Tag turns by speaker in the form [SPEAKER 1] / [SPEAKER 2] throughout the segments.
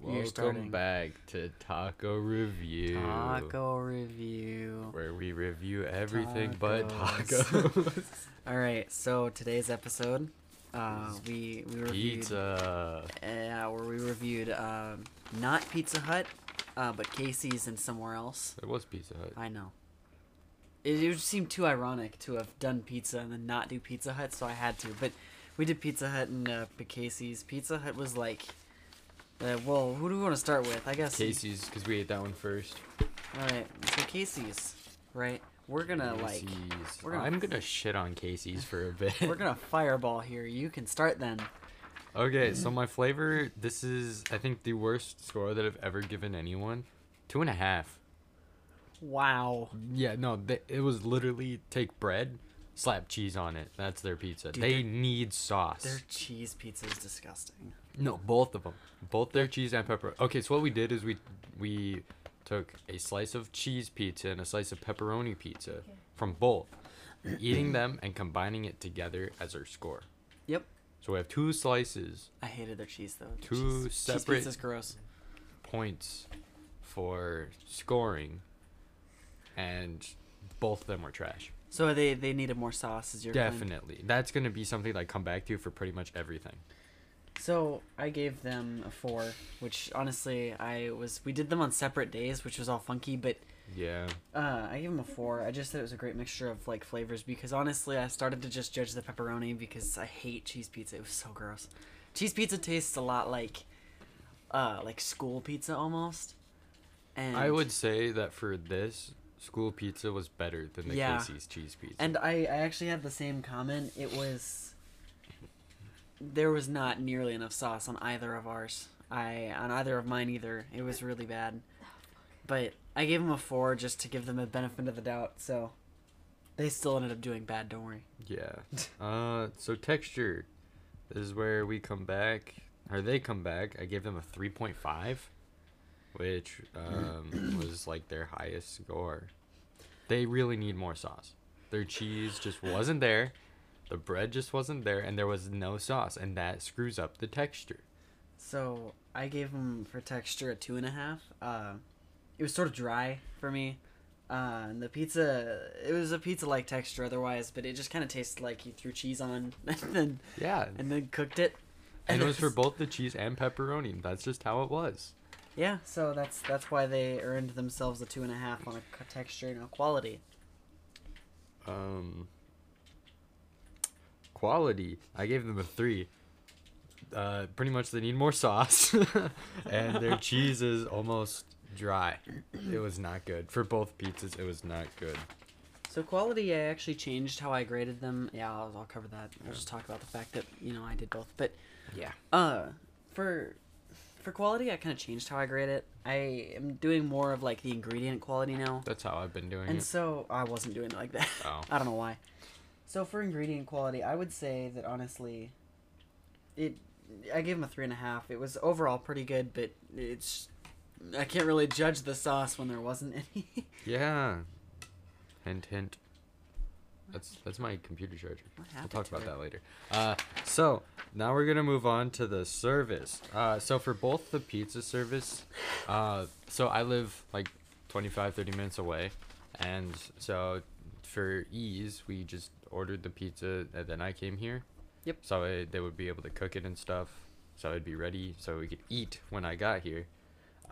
[SPEAKER 1] Welcome
[SPEAKER 2] starting.
[SPEAKER 1] back to Taco Review,
[SPEAKER 2] Taco review.
[SPEAKER 1] where we review everything but
[SPEAKER 2] Tacos.
[SPEAKER 1] tacos,
[SPEAKER 2] All right, so today's episode, uh, we we reviewed
[SPEAKER 1] pizza,
[SPEAKER 2] Uh, where we reviewed um, not Pizza Hut, uh, but Casey's and somewhere else.
[SPEAKER 1] It was Pizza Hut.
[SPEAKER 2] I know. It, it would seem too ironic to have done pizza and then not do Pizza Hut, so I had to. But we did Pizza Hut and uh, Casey's. Pizza Hut was like, uh, well, who do we want to start with? I guess
[SPEAKER 1] Casey's, because we ate that one first.
[SPEAKER 2] All right, so Casey's, right? We're gonna like,
[SPEAKER 1] Casey's.
[SPEAKER 2] we're gonna-
[SPEAKER 1] I'm gonna shit on Casey's for a bit.
[SPEAKER 2] we're gonna fireball here. You can start then.
[SPEAKER 1] Okay, so my flavor, this is I think the worst score that I've ever given anyone. Two and a half.
[SPEAKER 2] Wow.
[SPEAKER 1] Yeah, no, they, it was literally take bread, slap cheese on it. That's their pizza.
[SPEAKER 2] Dude,
[SPEAKER 1] they
[SPEAKER 2] they're-
[SPEAKER 1] need sauce.
[SPEAKER 2] Their cheese pizza is disgusting.
[SPEAKER 1] No, both of them. Both their cheese and pepper. Okay, so what we did is we we took a slice of cheese pizza and a slice of pepperoni pizza from both, eating them and combining it together as our score.
[SPEAKER 2] Yep.
[SPEAKER 1] So we have two slices,
[SPEAKER 2] I hated their cheese though. Their
[SPEAKER 1] Two
[SPEAKER 2] cheese,
[SPEAKER 1] separate-
[SPEAKER 2] Cheese pizza's gross.
[SPEAKER 1] points for scoring, and both of them were trash.
[SPEAKER 2] So they they needed more sauce. Is your claim?
[SPEAKER 1] Definitely, that's gonna be something that I come back to for pretty much everything.
[SPEAKER 2] So I gave them a four, which honestly I was. We did them on separate days, which was all funky, but
[SPEAKER 1] Yeah,
[SPEAKER 2] Uh, I gave him a four. I just said it was a great mixture of like flavors because honestly, I started to just judge the pepperoni because I hate cheese pizza. It was so gross. Cheese pizza tastes a lot like, uh, like school pizza almost. And
[SPEAKER 1] I would say that for this, school pizza was better than the
[SPEAKER 2] Yeah.
[SPEAKER 1] Casey's cheese pizza.
[SPEAKER 2] And I, I actually had the same comment. It was there was not nearly enough sauce on either of ours. I on either of mine either. It was really bad. But I gave them a four just to give them a benefit of the doubt. So they still ended up doing bad. Don't worry.
[SPEAKER 1] Yeah. Uh, so texture. This is where we come back, or they come back. I gave them a three point five, which um, was like their highest score. They really need more sauce. Their cheese just wasn't there. The bread just wasn't there, and there was no sauce, and that screws up the texture.
[SPEAKER 2] So I gave them for texture a two and a half. Uh, it was sort of dry for me. Uh, and the pizza, it was a pizza-like texture otherwise, but it just kind of tasted like you threw cheese on and then
[SPEAKER 1] Yeah,
[SPEAKER 2] and then cooked it.
[SPEAKER 1] and it was for both the cheese and pepperoni. That's just how it was.
[SPEAKER 2] Yeah, so that's that's why they earned themselves a two and a half on a c- texture and a quality.
[SPEAKER 1] um quality i gave them a three uh pretty much they need more sauce and their cheese is almost dry it was not good for both pizzas it was not good
[SPEAKER 2] So quality, I actually changed how I graded them. Yeah, I'll, I'll cover that. I'll just talk about the fact that you know I did both, but
[SPEAKER 1] yeah
[SPEAKER 2] Uh, for for quality, I kind of changed how I grade it. I am doing more of like the ingredient quality now,
[SPEAKER 1] that's how i've been doing
[SPEAKER 2] and
[SPEAKER 1] it
[SPEAKER 2] so I wasn't doing it like that.
[SPEAKER 1] Oh.
[SPEAKER 2] I don't know why. So for ingredient quality, I would say that honestly, it I gave him a three and a half. It was overall pretty good, but it's I can't really judge the sauce when there wasn't any.
[SPEAKER 1] yeah hint hint that's that's my computer charger
[SPEAKER 2] what
[SPEAKER 1] We'll
[SPEAKER 2] happened?
[SPEAKER 1] talk
[SPEAKER 2] to
[SPEAKER 1] about
[SPEAKER 2] it?
[SPEAKER 1] that later. Uh, so now we're gonna move on to the service. Uh, so for both the pizza service, uh, so I live like 25, 30 minutes away, and so for ease, we just ordered the pizza and then I came here.
[SPEAKER 2] Yep.
[SPEAKER 1] So I, they would be able to cook it and stuff, so it'd be ready, so we could eat when I got here.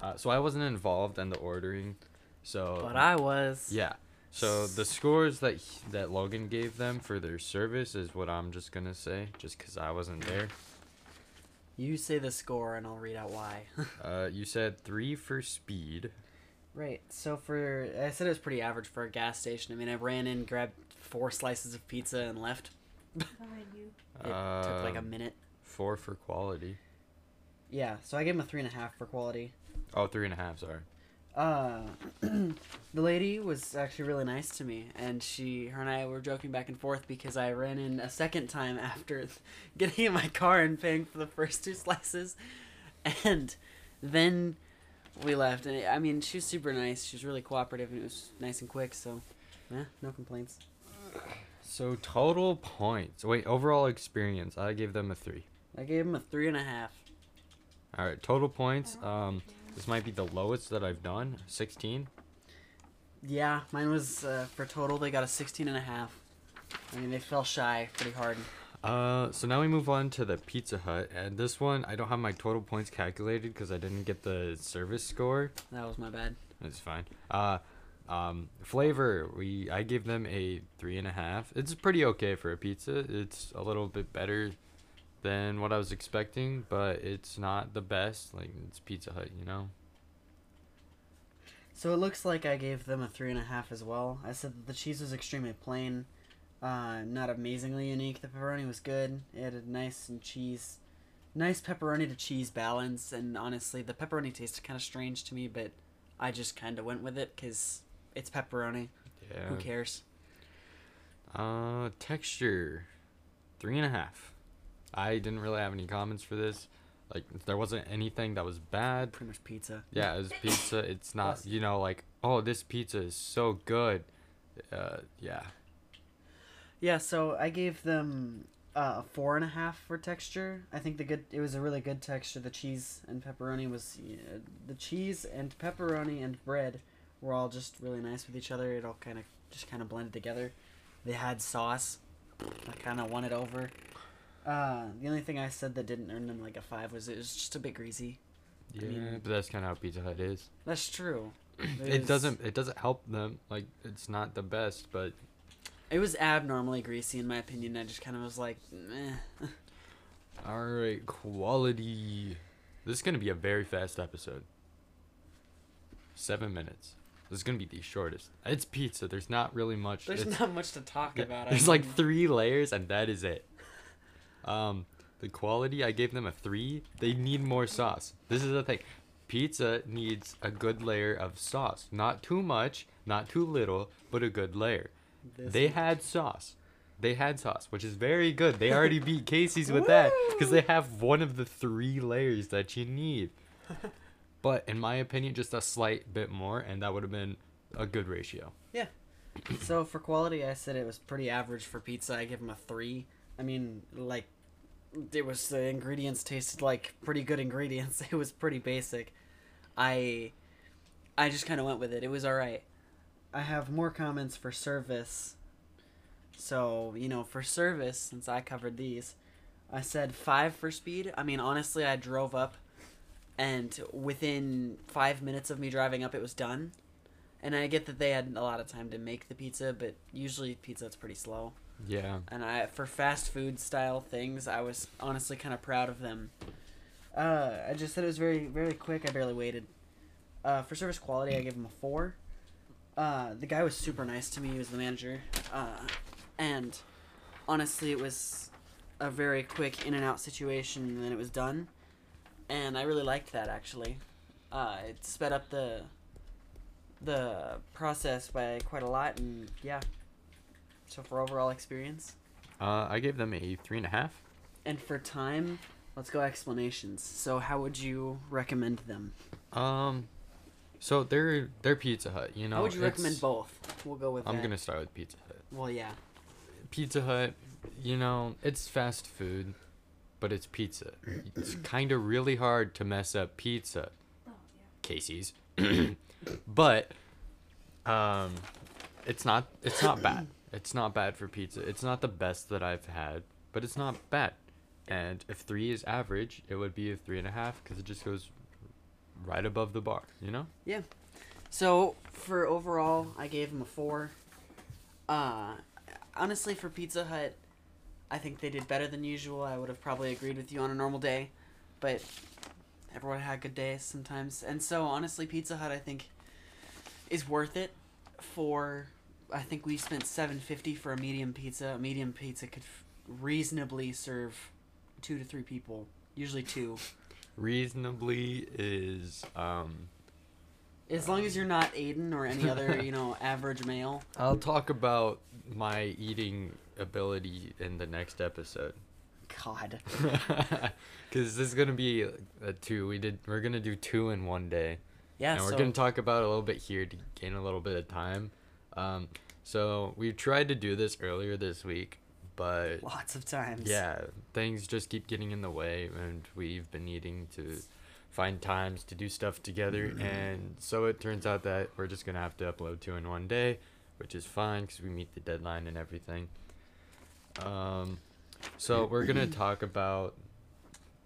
[SPEAKER 1] Uh, so I wasn't involved in the ordering, so
[SPEAKER 2] But I was.
[SPEAKER 1] yeah. So the scores that he- that Logan gave them for their service is what I'm just gonna say, just 'cause I wasn't there.
[SPEAKER 2] You say the score, and I'll read out why.
[SPEAKER 1] Uh, you said three for speed.
[SPEAKER 2] Right. So for I said it was pretty average for a gas station. I mean, I ran in, grabbed four slices of pizza, and left.
[SPEAKER 3] Behind you.
[SPEAKER 2] It took like a
[SPEAKER 1] Um,
[SPEAKER 2] minute.
[SPEAKER 1] Four for quality.
[SPEAKER 2] Yeah. So I gave him a three and a half for quality.
[SPEAKER 1] Oh, three and a half. Sorry.
[SPEAKER 2] Uh, the lady was actually really nice to me, and she, her, and I were joking back and forth because I ran in a second time after getting in my car and paying for the first two slices, and then we left. And I mean, she was super nice. She was really cooperative, and it was nice and quick. So, yeah, no complaints.
[SPEAKER 1] So total points. Wait, overall experience. I gave them a three.
[SPEAKER 2] I gave him a three and a half.
[SPEAKER 1] All right, total points. Um, this might be the lowest that I've done. Sixteen.
[SPEAKER 2] Yeah, mine was uh, for total. They got a 16 and a half. I mean, they fell shy pretty hard.
[SPEAKER 1] Uh, so now we move on to the Pizza Hut, and this one I don't have my total points calculated because I didn't get the service score.
[SPEAKER 2] That was my bad.
[SPEAKER 1] It's fine. Uh, um, flavor we I gave them a three and a half. It's pretty okay for a pizza. It's a little bit better than what I was expecting, but it's not the best. Like it's Pizza Hut, you know.
[SPEAKER 2] So it looks like I gave them a three and a half as well. I said that the cheese was extremely plain, uh, not amazingly unique. The pepperoni was good. It had a nice and cheese, nice pepperoni to cheese balance. And honestly, the pepperoni tasted kind of strange to me, but I just kind of went with it because it's pepperoni.
[SPEAKER 1] Yeah.
[SPEAKER 2] Who cares?
[SPEAKER 1] Uh, texture, three and a half. I didn't really have any comments for this. Like there wasn't anything that was bad.
[SPEAKER 2] Pretty much pizza.
[SPEAKER 1] Yeah, it was pizza. It's not
[SPEAKER 2] Plus-
[SPEAKER 1] you know like oh this pizza is so good. Uh, yeah.
[SPEAKER 2] Yeah, so I gave them uh, a four and a half for texture. I think the good it was a really good texture. The cheese and pepperoni was uh, the cheese and pepperoni and bread were all just really nice with each other. It all kind of just kind of blended together. They had sauce. I kind of won it over. Uh, the only thing I said that didn't earn them like a five was it was just a bit greasy.
[SPEAKER 1] Yeah,
[SPEAKER 2] I mean-
[SPEAKER 1] but that's kind of how Pizza Hut is.
[SPEAKER 2] That's true.
[SPEAKER 1] It
[SPEAKER 2] was-
[SPEAKER 1] doesn't. It doesn't help them. Like it's not the best, but
[SPEAKER 2] It was abnormally greasy in my opinion. I just kind of was like, meh.
[SPEAKER 1] all right, quality. This is gonna be a very fast episode. Seven minutes. This is gonna be the shortest. It's pizza. There's not really much.
[SPEAKER 2] There's
[SPEAKER 1] it's-
[SPEAKER 2] not much to talk
[SPEAKER 1] Yeah,
[SPEAKER 2] about. I
[SPEAKER 1] There's like
[SPEAKER 2] mean.
[SPEAKER 1] three layers, and that is it. Um, the quality I gave them a three. They need more sauce. This is the thing. Pizza needs a good layer of sauce. Not too much, not too little, but a good layer.
[SPEAKER 2] This
[SPEAKER 1] they
[SPEAKER 2] is-
[SPEAKER 1] had sauce. They had sauce, which is very good. They already beat Casey's with that because they have one of the three layers that you need. But in my opinion, just a slight bit more, and that would have been a good ratio.
[SPEAKER 2] Yeah. So for quality, I said it was pretty average for pizza. I give them a three. I mean, like, it was the ingredients tasted like pretty good ingredients. It was pretty basic. I, I just kind of went with it. It was all right. I have more comments for service. So you know, for service, since I covered these, I said five for speed. I mean, honestly, I drove up, and within five minutes of me driving up, it was done. And I get that they had a lot of time to make the pizza, but usually pizza it's pretty slow.
[SPEAKER 1] Yeah.
[SPEAKER 2] And I for fast food style things, I was honestly kind of proud of them. Uh, I just said it was very very quick. I barely waited. Uh, for service quality, I gave him a four. Uh, the guy was super nice to me. He was the manager, uh, and honestly, it was a very quick in and out situation, and then it was done. And I really liked that actually. Uh, it sped up the the process by quite a lot, and yeah. So for overall experience
[SPEAKER 1] Uh, I gave them a three and a half.
[SPEAKER 2] and for time, let's go explanations. So how would you recommend them?
[SPEAKER 1] Um, so they're they're Pizza Hut. You know,
[SPEAKER 2] how would you recommend
[SPEAKER 1] it's-
[SPEAKER 2] both? We'll go with.
[SPEAKER 1] I'm
[SPEAKER 2] that.
[SPEAKER 1] gonna start with Pizza Hut.
[SPEAKER 2] Well, yeah.
[SPEAKER 1] Pizza Hut, you know, it's fast food, but it's pizza. It's kind of really hard to mess up pizza. Casey's, but um, it's not it's not bad. It's not bad for pizza. It's not the best that I've had, but it's not bad. And if three is average, it would be a three and a half because it just goes right above the bar. You know.
[SPEAKER 2] So for overall, I gave him a four. Uh, honestly, for Pizza Hut, I think they did better than usual. I would have probably agreed with you on a normal day, but everyone had good days sometimes. And so honestly, Pizza Hut I think is worth it for. I think we spent seven fifty for a medium pizza. A medium pizza could f- reasonably serve two to three people, usually two,
[SPEAKER 1] Reasonably is um
[SPEAKER 2] as long as you're not Aiden or any other you know average male.
[SPEAKER 1] I'll talk about my eating ability in the next episode.
[SPEAKER 2] God.
[SPEAKER 1] Cuz this is going to be a two. We did we're going to do two in one day.
[SPEAKER 2] Yeah,
[SPEAKER 1] and we're
[SPEAKER 2] so
[SPEAKER 1] going to talk about it a little bit here to gain a little bit of time. Um so we tried to do this earlier this week, but
[SPEAKER 2] lots of times.
[SPEAKER 1] yeah, things just keep getting in the way and we've been needing to find times to do stuff together. And so it turns out that we're just going to have to upload two in one day, which is fine because we meet the deadline and everything. Um, so we're going to talk about,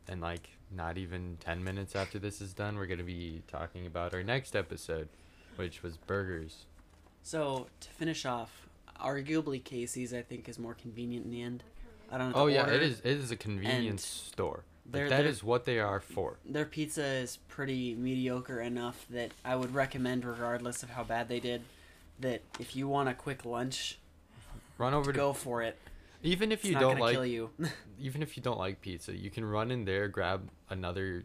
[SPEAKER 1] and like not even 10 minutes after this is done, we're going to be talking about our next episode, which was burgers.
[SPEAKER 2] So to finish off, arguably Casey's I think is more convenient in the end. I don't. have to
[SPEAKER 1] Oh, yeah,
[SPEAKER 2] order.
[SPEAKER 1] it is. It is a convenience store.
[SPEAKER 2] they're-
[SPEAKER 1] Like, that
[SPEAKER 2] they're-
[SPEAKER 1] is what they are for.
[SPEAKER 2] Their pizza is pretty mediocre enough that I would recommend, regardless of how bad they did, that if you want a quick lunch,
[SPEAKER 1] Run over to
[SPEAKER 2] go for it.
[SPEAKER 1] even if
[SPEAKER 2] It's
[SPEAKER 1] you
[SPEAKER 2] not
[SPEAKER 1] don't
[SPEAKER 2] gonna
[SPEAKER 1] like
[SPEAKER 2] kill you.
[SPEAKER 1] even if you don't like pizza, you can run in there, grab another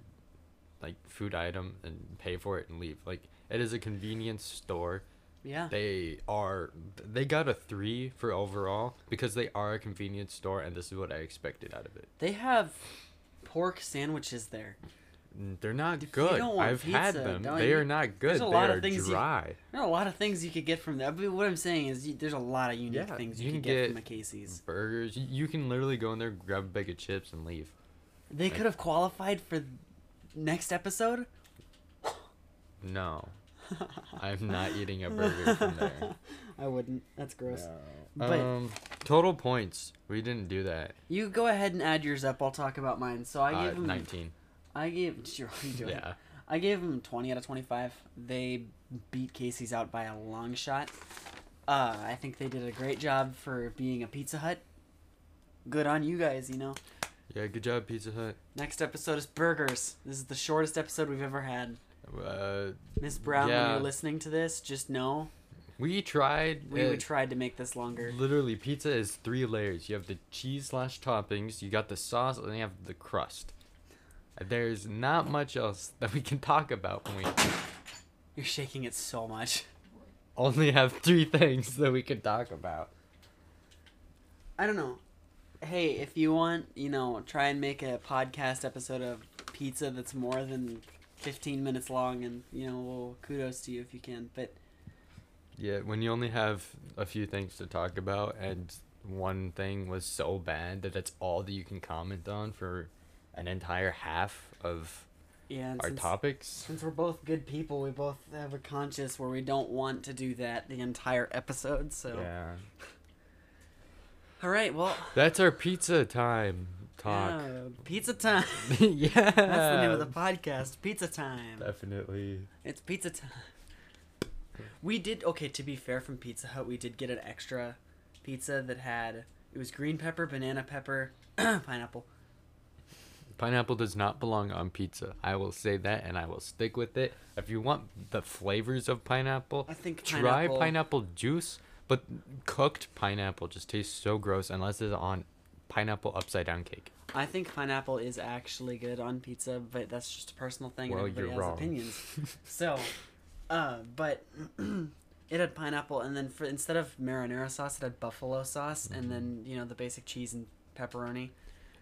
[SPEAKER 1] like food item and pay for it and leave. Like it is a convenience store.
[SPEAKER 2] yeah.
[SPEAKER 1] They are they got a 3 for overall because they are a convenience store and this is what I expected out of it.
[SPEAKER 2] They have pork sandwiches there.
[SPEAKER 1] N- They're not
[SPEAKER 2] If you
[SPEAKER 1] good.
[SPEAKER 2] don't want
[SPEAKER 1] I've had
[SPEAKER 2] pizza,
[SPEAKER 1] them.
[SPEAKER 2] don't
[SPEAKER 1] They
[SPEAKER 2] you-
[SPEAKER 1] are not good.
[SPEAKER 2] a
[SPEAKER 1] They
[SPEAKER 2] lot of
[SPEAKER 1] are
[SPEAKER 2] things you-
[SPEAKER 1] dry.
[SPEAKER 2] There are a lot of things you could get from that. But what I'm saying is, you, there's a lot of unique
[SPEAKER 1] Yeah,
[SPEAKER 2] things you,
[SPEAKER 1] you
[SPEAKER 2] can
[SPEAKER 1] can
[SPEAKER 2] get, from a
[SPEAKER 1] get-
[SPEAKER 2] Casey's.
[SPEAKER 1] Burgers. You- You can literally go in there, grab a bag of chips and leave.
[SPEAKER 2] They
[SPEAKER 1] Mm. like-
[SPEAKER 2] could have qualified for next episode.
[SPEAKER 1] No. I'm not eating a burger from there.
[SPEAKER 2] I wouldn't. That's gross. But-
[SPEAKER 1] Um, total points. We didn't do that.
[SPEAKER 2] You go ahead and add yours up. I'll talk about mine. So I
[SPEAKER 1] Uh,
[SPEAKER 2] gave them.
[SPEAKER 1] 19.
[SPEAKER 2] I gave. Sure, you do it.
[SPEAKER 1] Yeah.
[SPEAKER 2] I gave them 20 out of 25. They beat Casey's out by a long shot. Uh, I think they did a great job for being a Pizza Hut. Good on you guys, you know.
[SPEAKER 1] Yeah, good job, Pizza Hut.
[SPEAKER 2] Next episode is burgers. This is the shortest episode we've ever had.
[SPEAKER 1] Uh,
[SPEAKER 2] Miss Brown, when
[SPEAKER 1] Yeah.
[SPEAKER 2] you're listening to this, just know
[SPEAKER 1] we tried.
[SPEAKER 2] we, we
[SPEAKER 1] uh,
[SPEAKER 2] tried to make this longer.
[SPEAKER 1] Literally, pizza is three layers. You have the cheese slash toppings, you got the sauce, and then you have the crust. There's not much else that we can talk about when we
[SPEAKER 2] You're shaking it so much.
[SPEAKER 1] only have three things that we can talk about.
[SPEAKER 2] I don't know. Hey, if you want, you know, try and make a podcast episode of pizza that's more than 15 minutes long, and, you know, well, kudos to you if you can. But
[SPEAKER 1] Yeah, when you only have a few things to talk about, and one thing was so bad that that's all that you can comment on for an entire half of
[SPEAKER 2] Yeah, and
[SPEAKER 1] our
[SPEAKER 2] since,
[SPEAKER 1] topics.
[SPEAKER 2] since we're both good people, we both have a conscience where we don't want to do that the entire episode. So,
[SPEAKER 1] Yeah.
[SPEAKER 2] all right, well,
[SPEAKER 1] That's our pizza time talk.
[SPEAKER 2] yeah, pizza time.
[SPEAKER 1] Yeah.
[SPEAKER 2] That's the name of the podcast. Pizza time.
[SPEAKER 1] Definitely.
[SPEAKER 2] It's pizza time. We did okay. To be fair, from Pizza Hut, we did get an extra pizza that had it was green pepper, banana pepper, pineapple.
[SPEAKER 1] Pineapple does not belong on pizza. I will say that and I will stick with it. If you want the flavors of pineapple,
[SPEAKER 2] I think
[SPEAKER 1] try
[SPEAKER 2] pineapple-
[SPEAKER 1] pineapple juice, but cooked pineapple just tastes so gross unless it's on pineapple upside down cake.
[SPEAKER 2] I think pineapple is actually good on pizza, but that's just a personal thing. and
[SPEAKER 1] Well,
[SPEAKER 2] everybody
[SPEAKER 1] you're
[SPEAKER 2] has
[SPEAKER 1] wrong.
[SPEAKER 2] opinions. So, uh, but it had pineapple, and then for instead of marinara sauce, it had buffalo sauce,
[SPEAKER 1] Mm-hmm.
[SPEAKER 2] and then you know the basic cheese and pepperoni.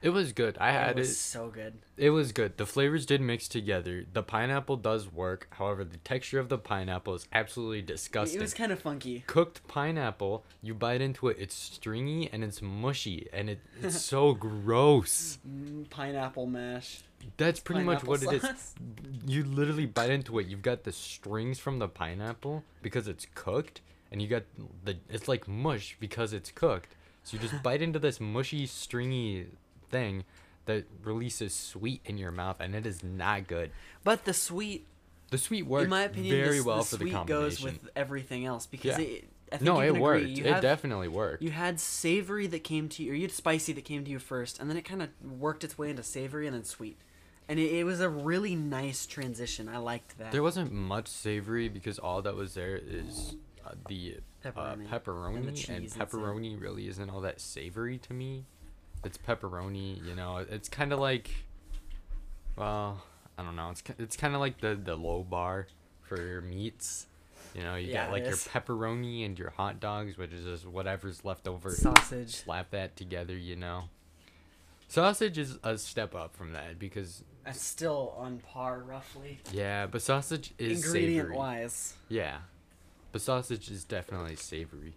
[SPEAKER 1] It was good. I
[SPEAKER 2] It
[SPEAKER 1] had
[SPEAKER 2] was
[SPEAKER 1] it.
[SPEAKER 2] so good.
[SPEAKER 1] It was good. The flavors did mix together. The pineapple does work. However, the texture of the pineapple is absolutely
[SPEAKER 2] It,
[SPEAKER 1] disgusting.
[SPEAKER 2] was kind of funky.
[SPEAKER 1] cooked pineapple, you bite into it, it's stringy and it's mushy and it, it's so gross.
[SPEAKER 2] Mm, pineapple mash.
[SPEAKER 1] That's pretty much what
[SPEAKER 2] Pineapple
[SPEAKER 1] it is.
[SPEAKER 2] sauce.
[SPEAKER 1] You literally bite into it. You've got the strings from the pineapple because it's cooked, and you got the it's like mush because it's cooked. So you just bite into this mushy, stringy thing that releases sweet in your mouth, and it is not good.
[SPEAKER 2] But the sweet,
[SPEAKER 1] The sweet works
[SPEAKER 2] in my opinion,
[SPEAKER 1] very
[SPEAKER 2] this-
[SPEAKER 1] well
[SPEAKER 2] the
[SPEAKER 1] for
[SPEAKER 2] sweet
[SPEAKER 1] the combination.
[SPEAKER 2] goes with everything else because
[SPEAKER 1] Yeah.
[SPEAKER 2] it. I think
[SPEAKER 1] no,
[SPEAKER 2] you
[SPEAKER 1] it
[SPEAKER 2] can agree,
[SPEAKER 1] worked.
[SPEAKER 2] You
[SPEAKER 1] it
[SPEAKER 2] have-
[SPEAKER 1] definitely worked.
[SPEAKER 2] You had savory that came to you, or you had spicy that came to you first, and then it kind of worked its way into savory and then sweet. And it, it was a really nice transition. I liked that.
[SPEAKER 1] There wasn't much savory because all that was there is uh, the pepperoni,
[SPEAKER 2] Pepperoni.
[SPEAKER 1] uh, pepperoni
[SPEAKER 2] And
[SPEAKER 1] and,
[SPEAKER 2] the cheese and stuff.
[SPEAKER 1] pepperoni really isn't all that savory to me. It's pepperoni, you know. It's kind of like, well, I don't know. It's ki- it's kind of like the the low bar for your meats. You know, you
[SPEAKER 2] Yeah, it
[SPEAKER 1] got like your
[SPEAKER 2] is.
[SPEAKER 1] pepperoni and your hot dogs, which is just whatever's left over.
[SPEAKER 2] Sausage.
[SPEAKER 1] Slap that together, you know. Sausage is a step up from that because
[SPEAKER 2] That's still on par, roughly.
[SPEAKER 1] yeah, but sausage is
[SPEAKER 2] Ingredient
[SPEAKER 1] savory.
[SPEAKER 2] wise.
[SPEAKER 1] Yeah. But sausage is definitely savory.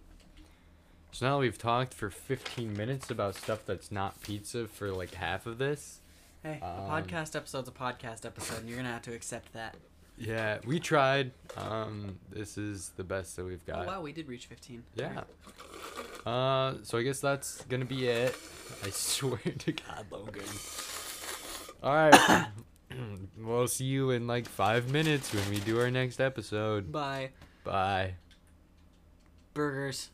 [SPEAKER 1] So now that we've talked for 15 minutes about stuff that's not pizza for like half of this.
[SPEAKER 2] Hey,
[SPEAKER 1] Um,
[SPEAKER 2] a podcast episode's a podcast episode, and you're gonna have to accept that.
[SPEAKER 1] Yeah, we tried. Um, this is the best that we've
[SPEAKER 2] Oh
[SPEAKER 1] got.
[SPEAKER 2] wow, we did reach 15.
[SPEAKER 1] Yeah. Uh, so I guess that's gonna be it. I swear to God, Logan. All right. we'll see you in like five minutes when we do our next episode.
[SPEAKER 2] Bye.
[SPEAKER 1] Bye.
[SPEAKER 2] Burgers.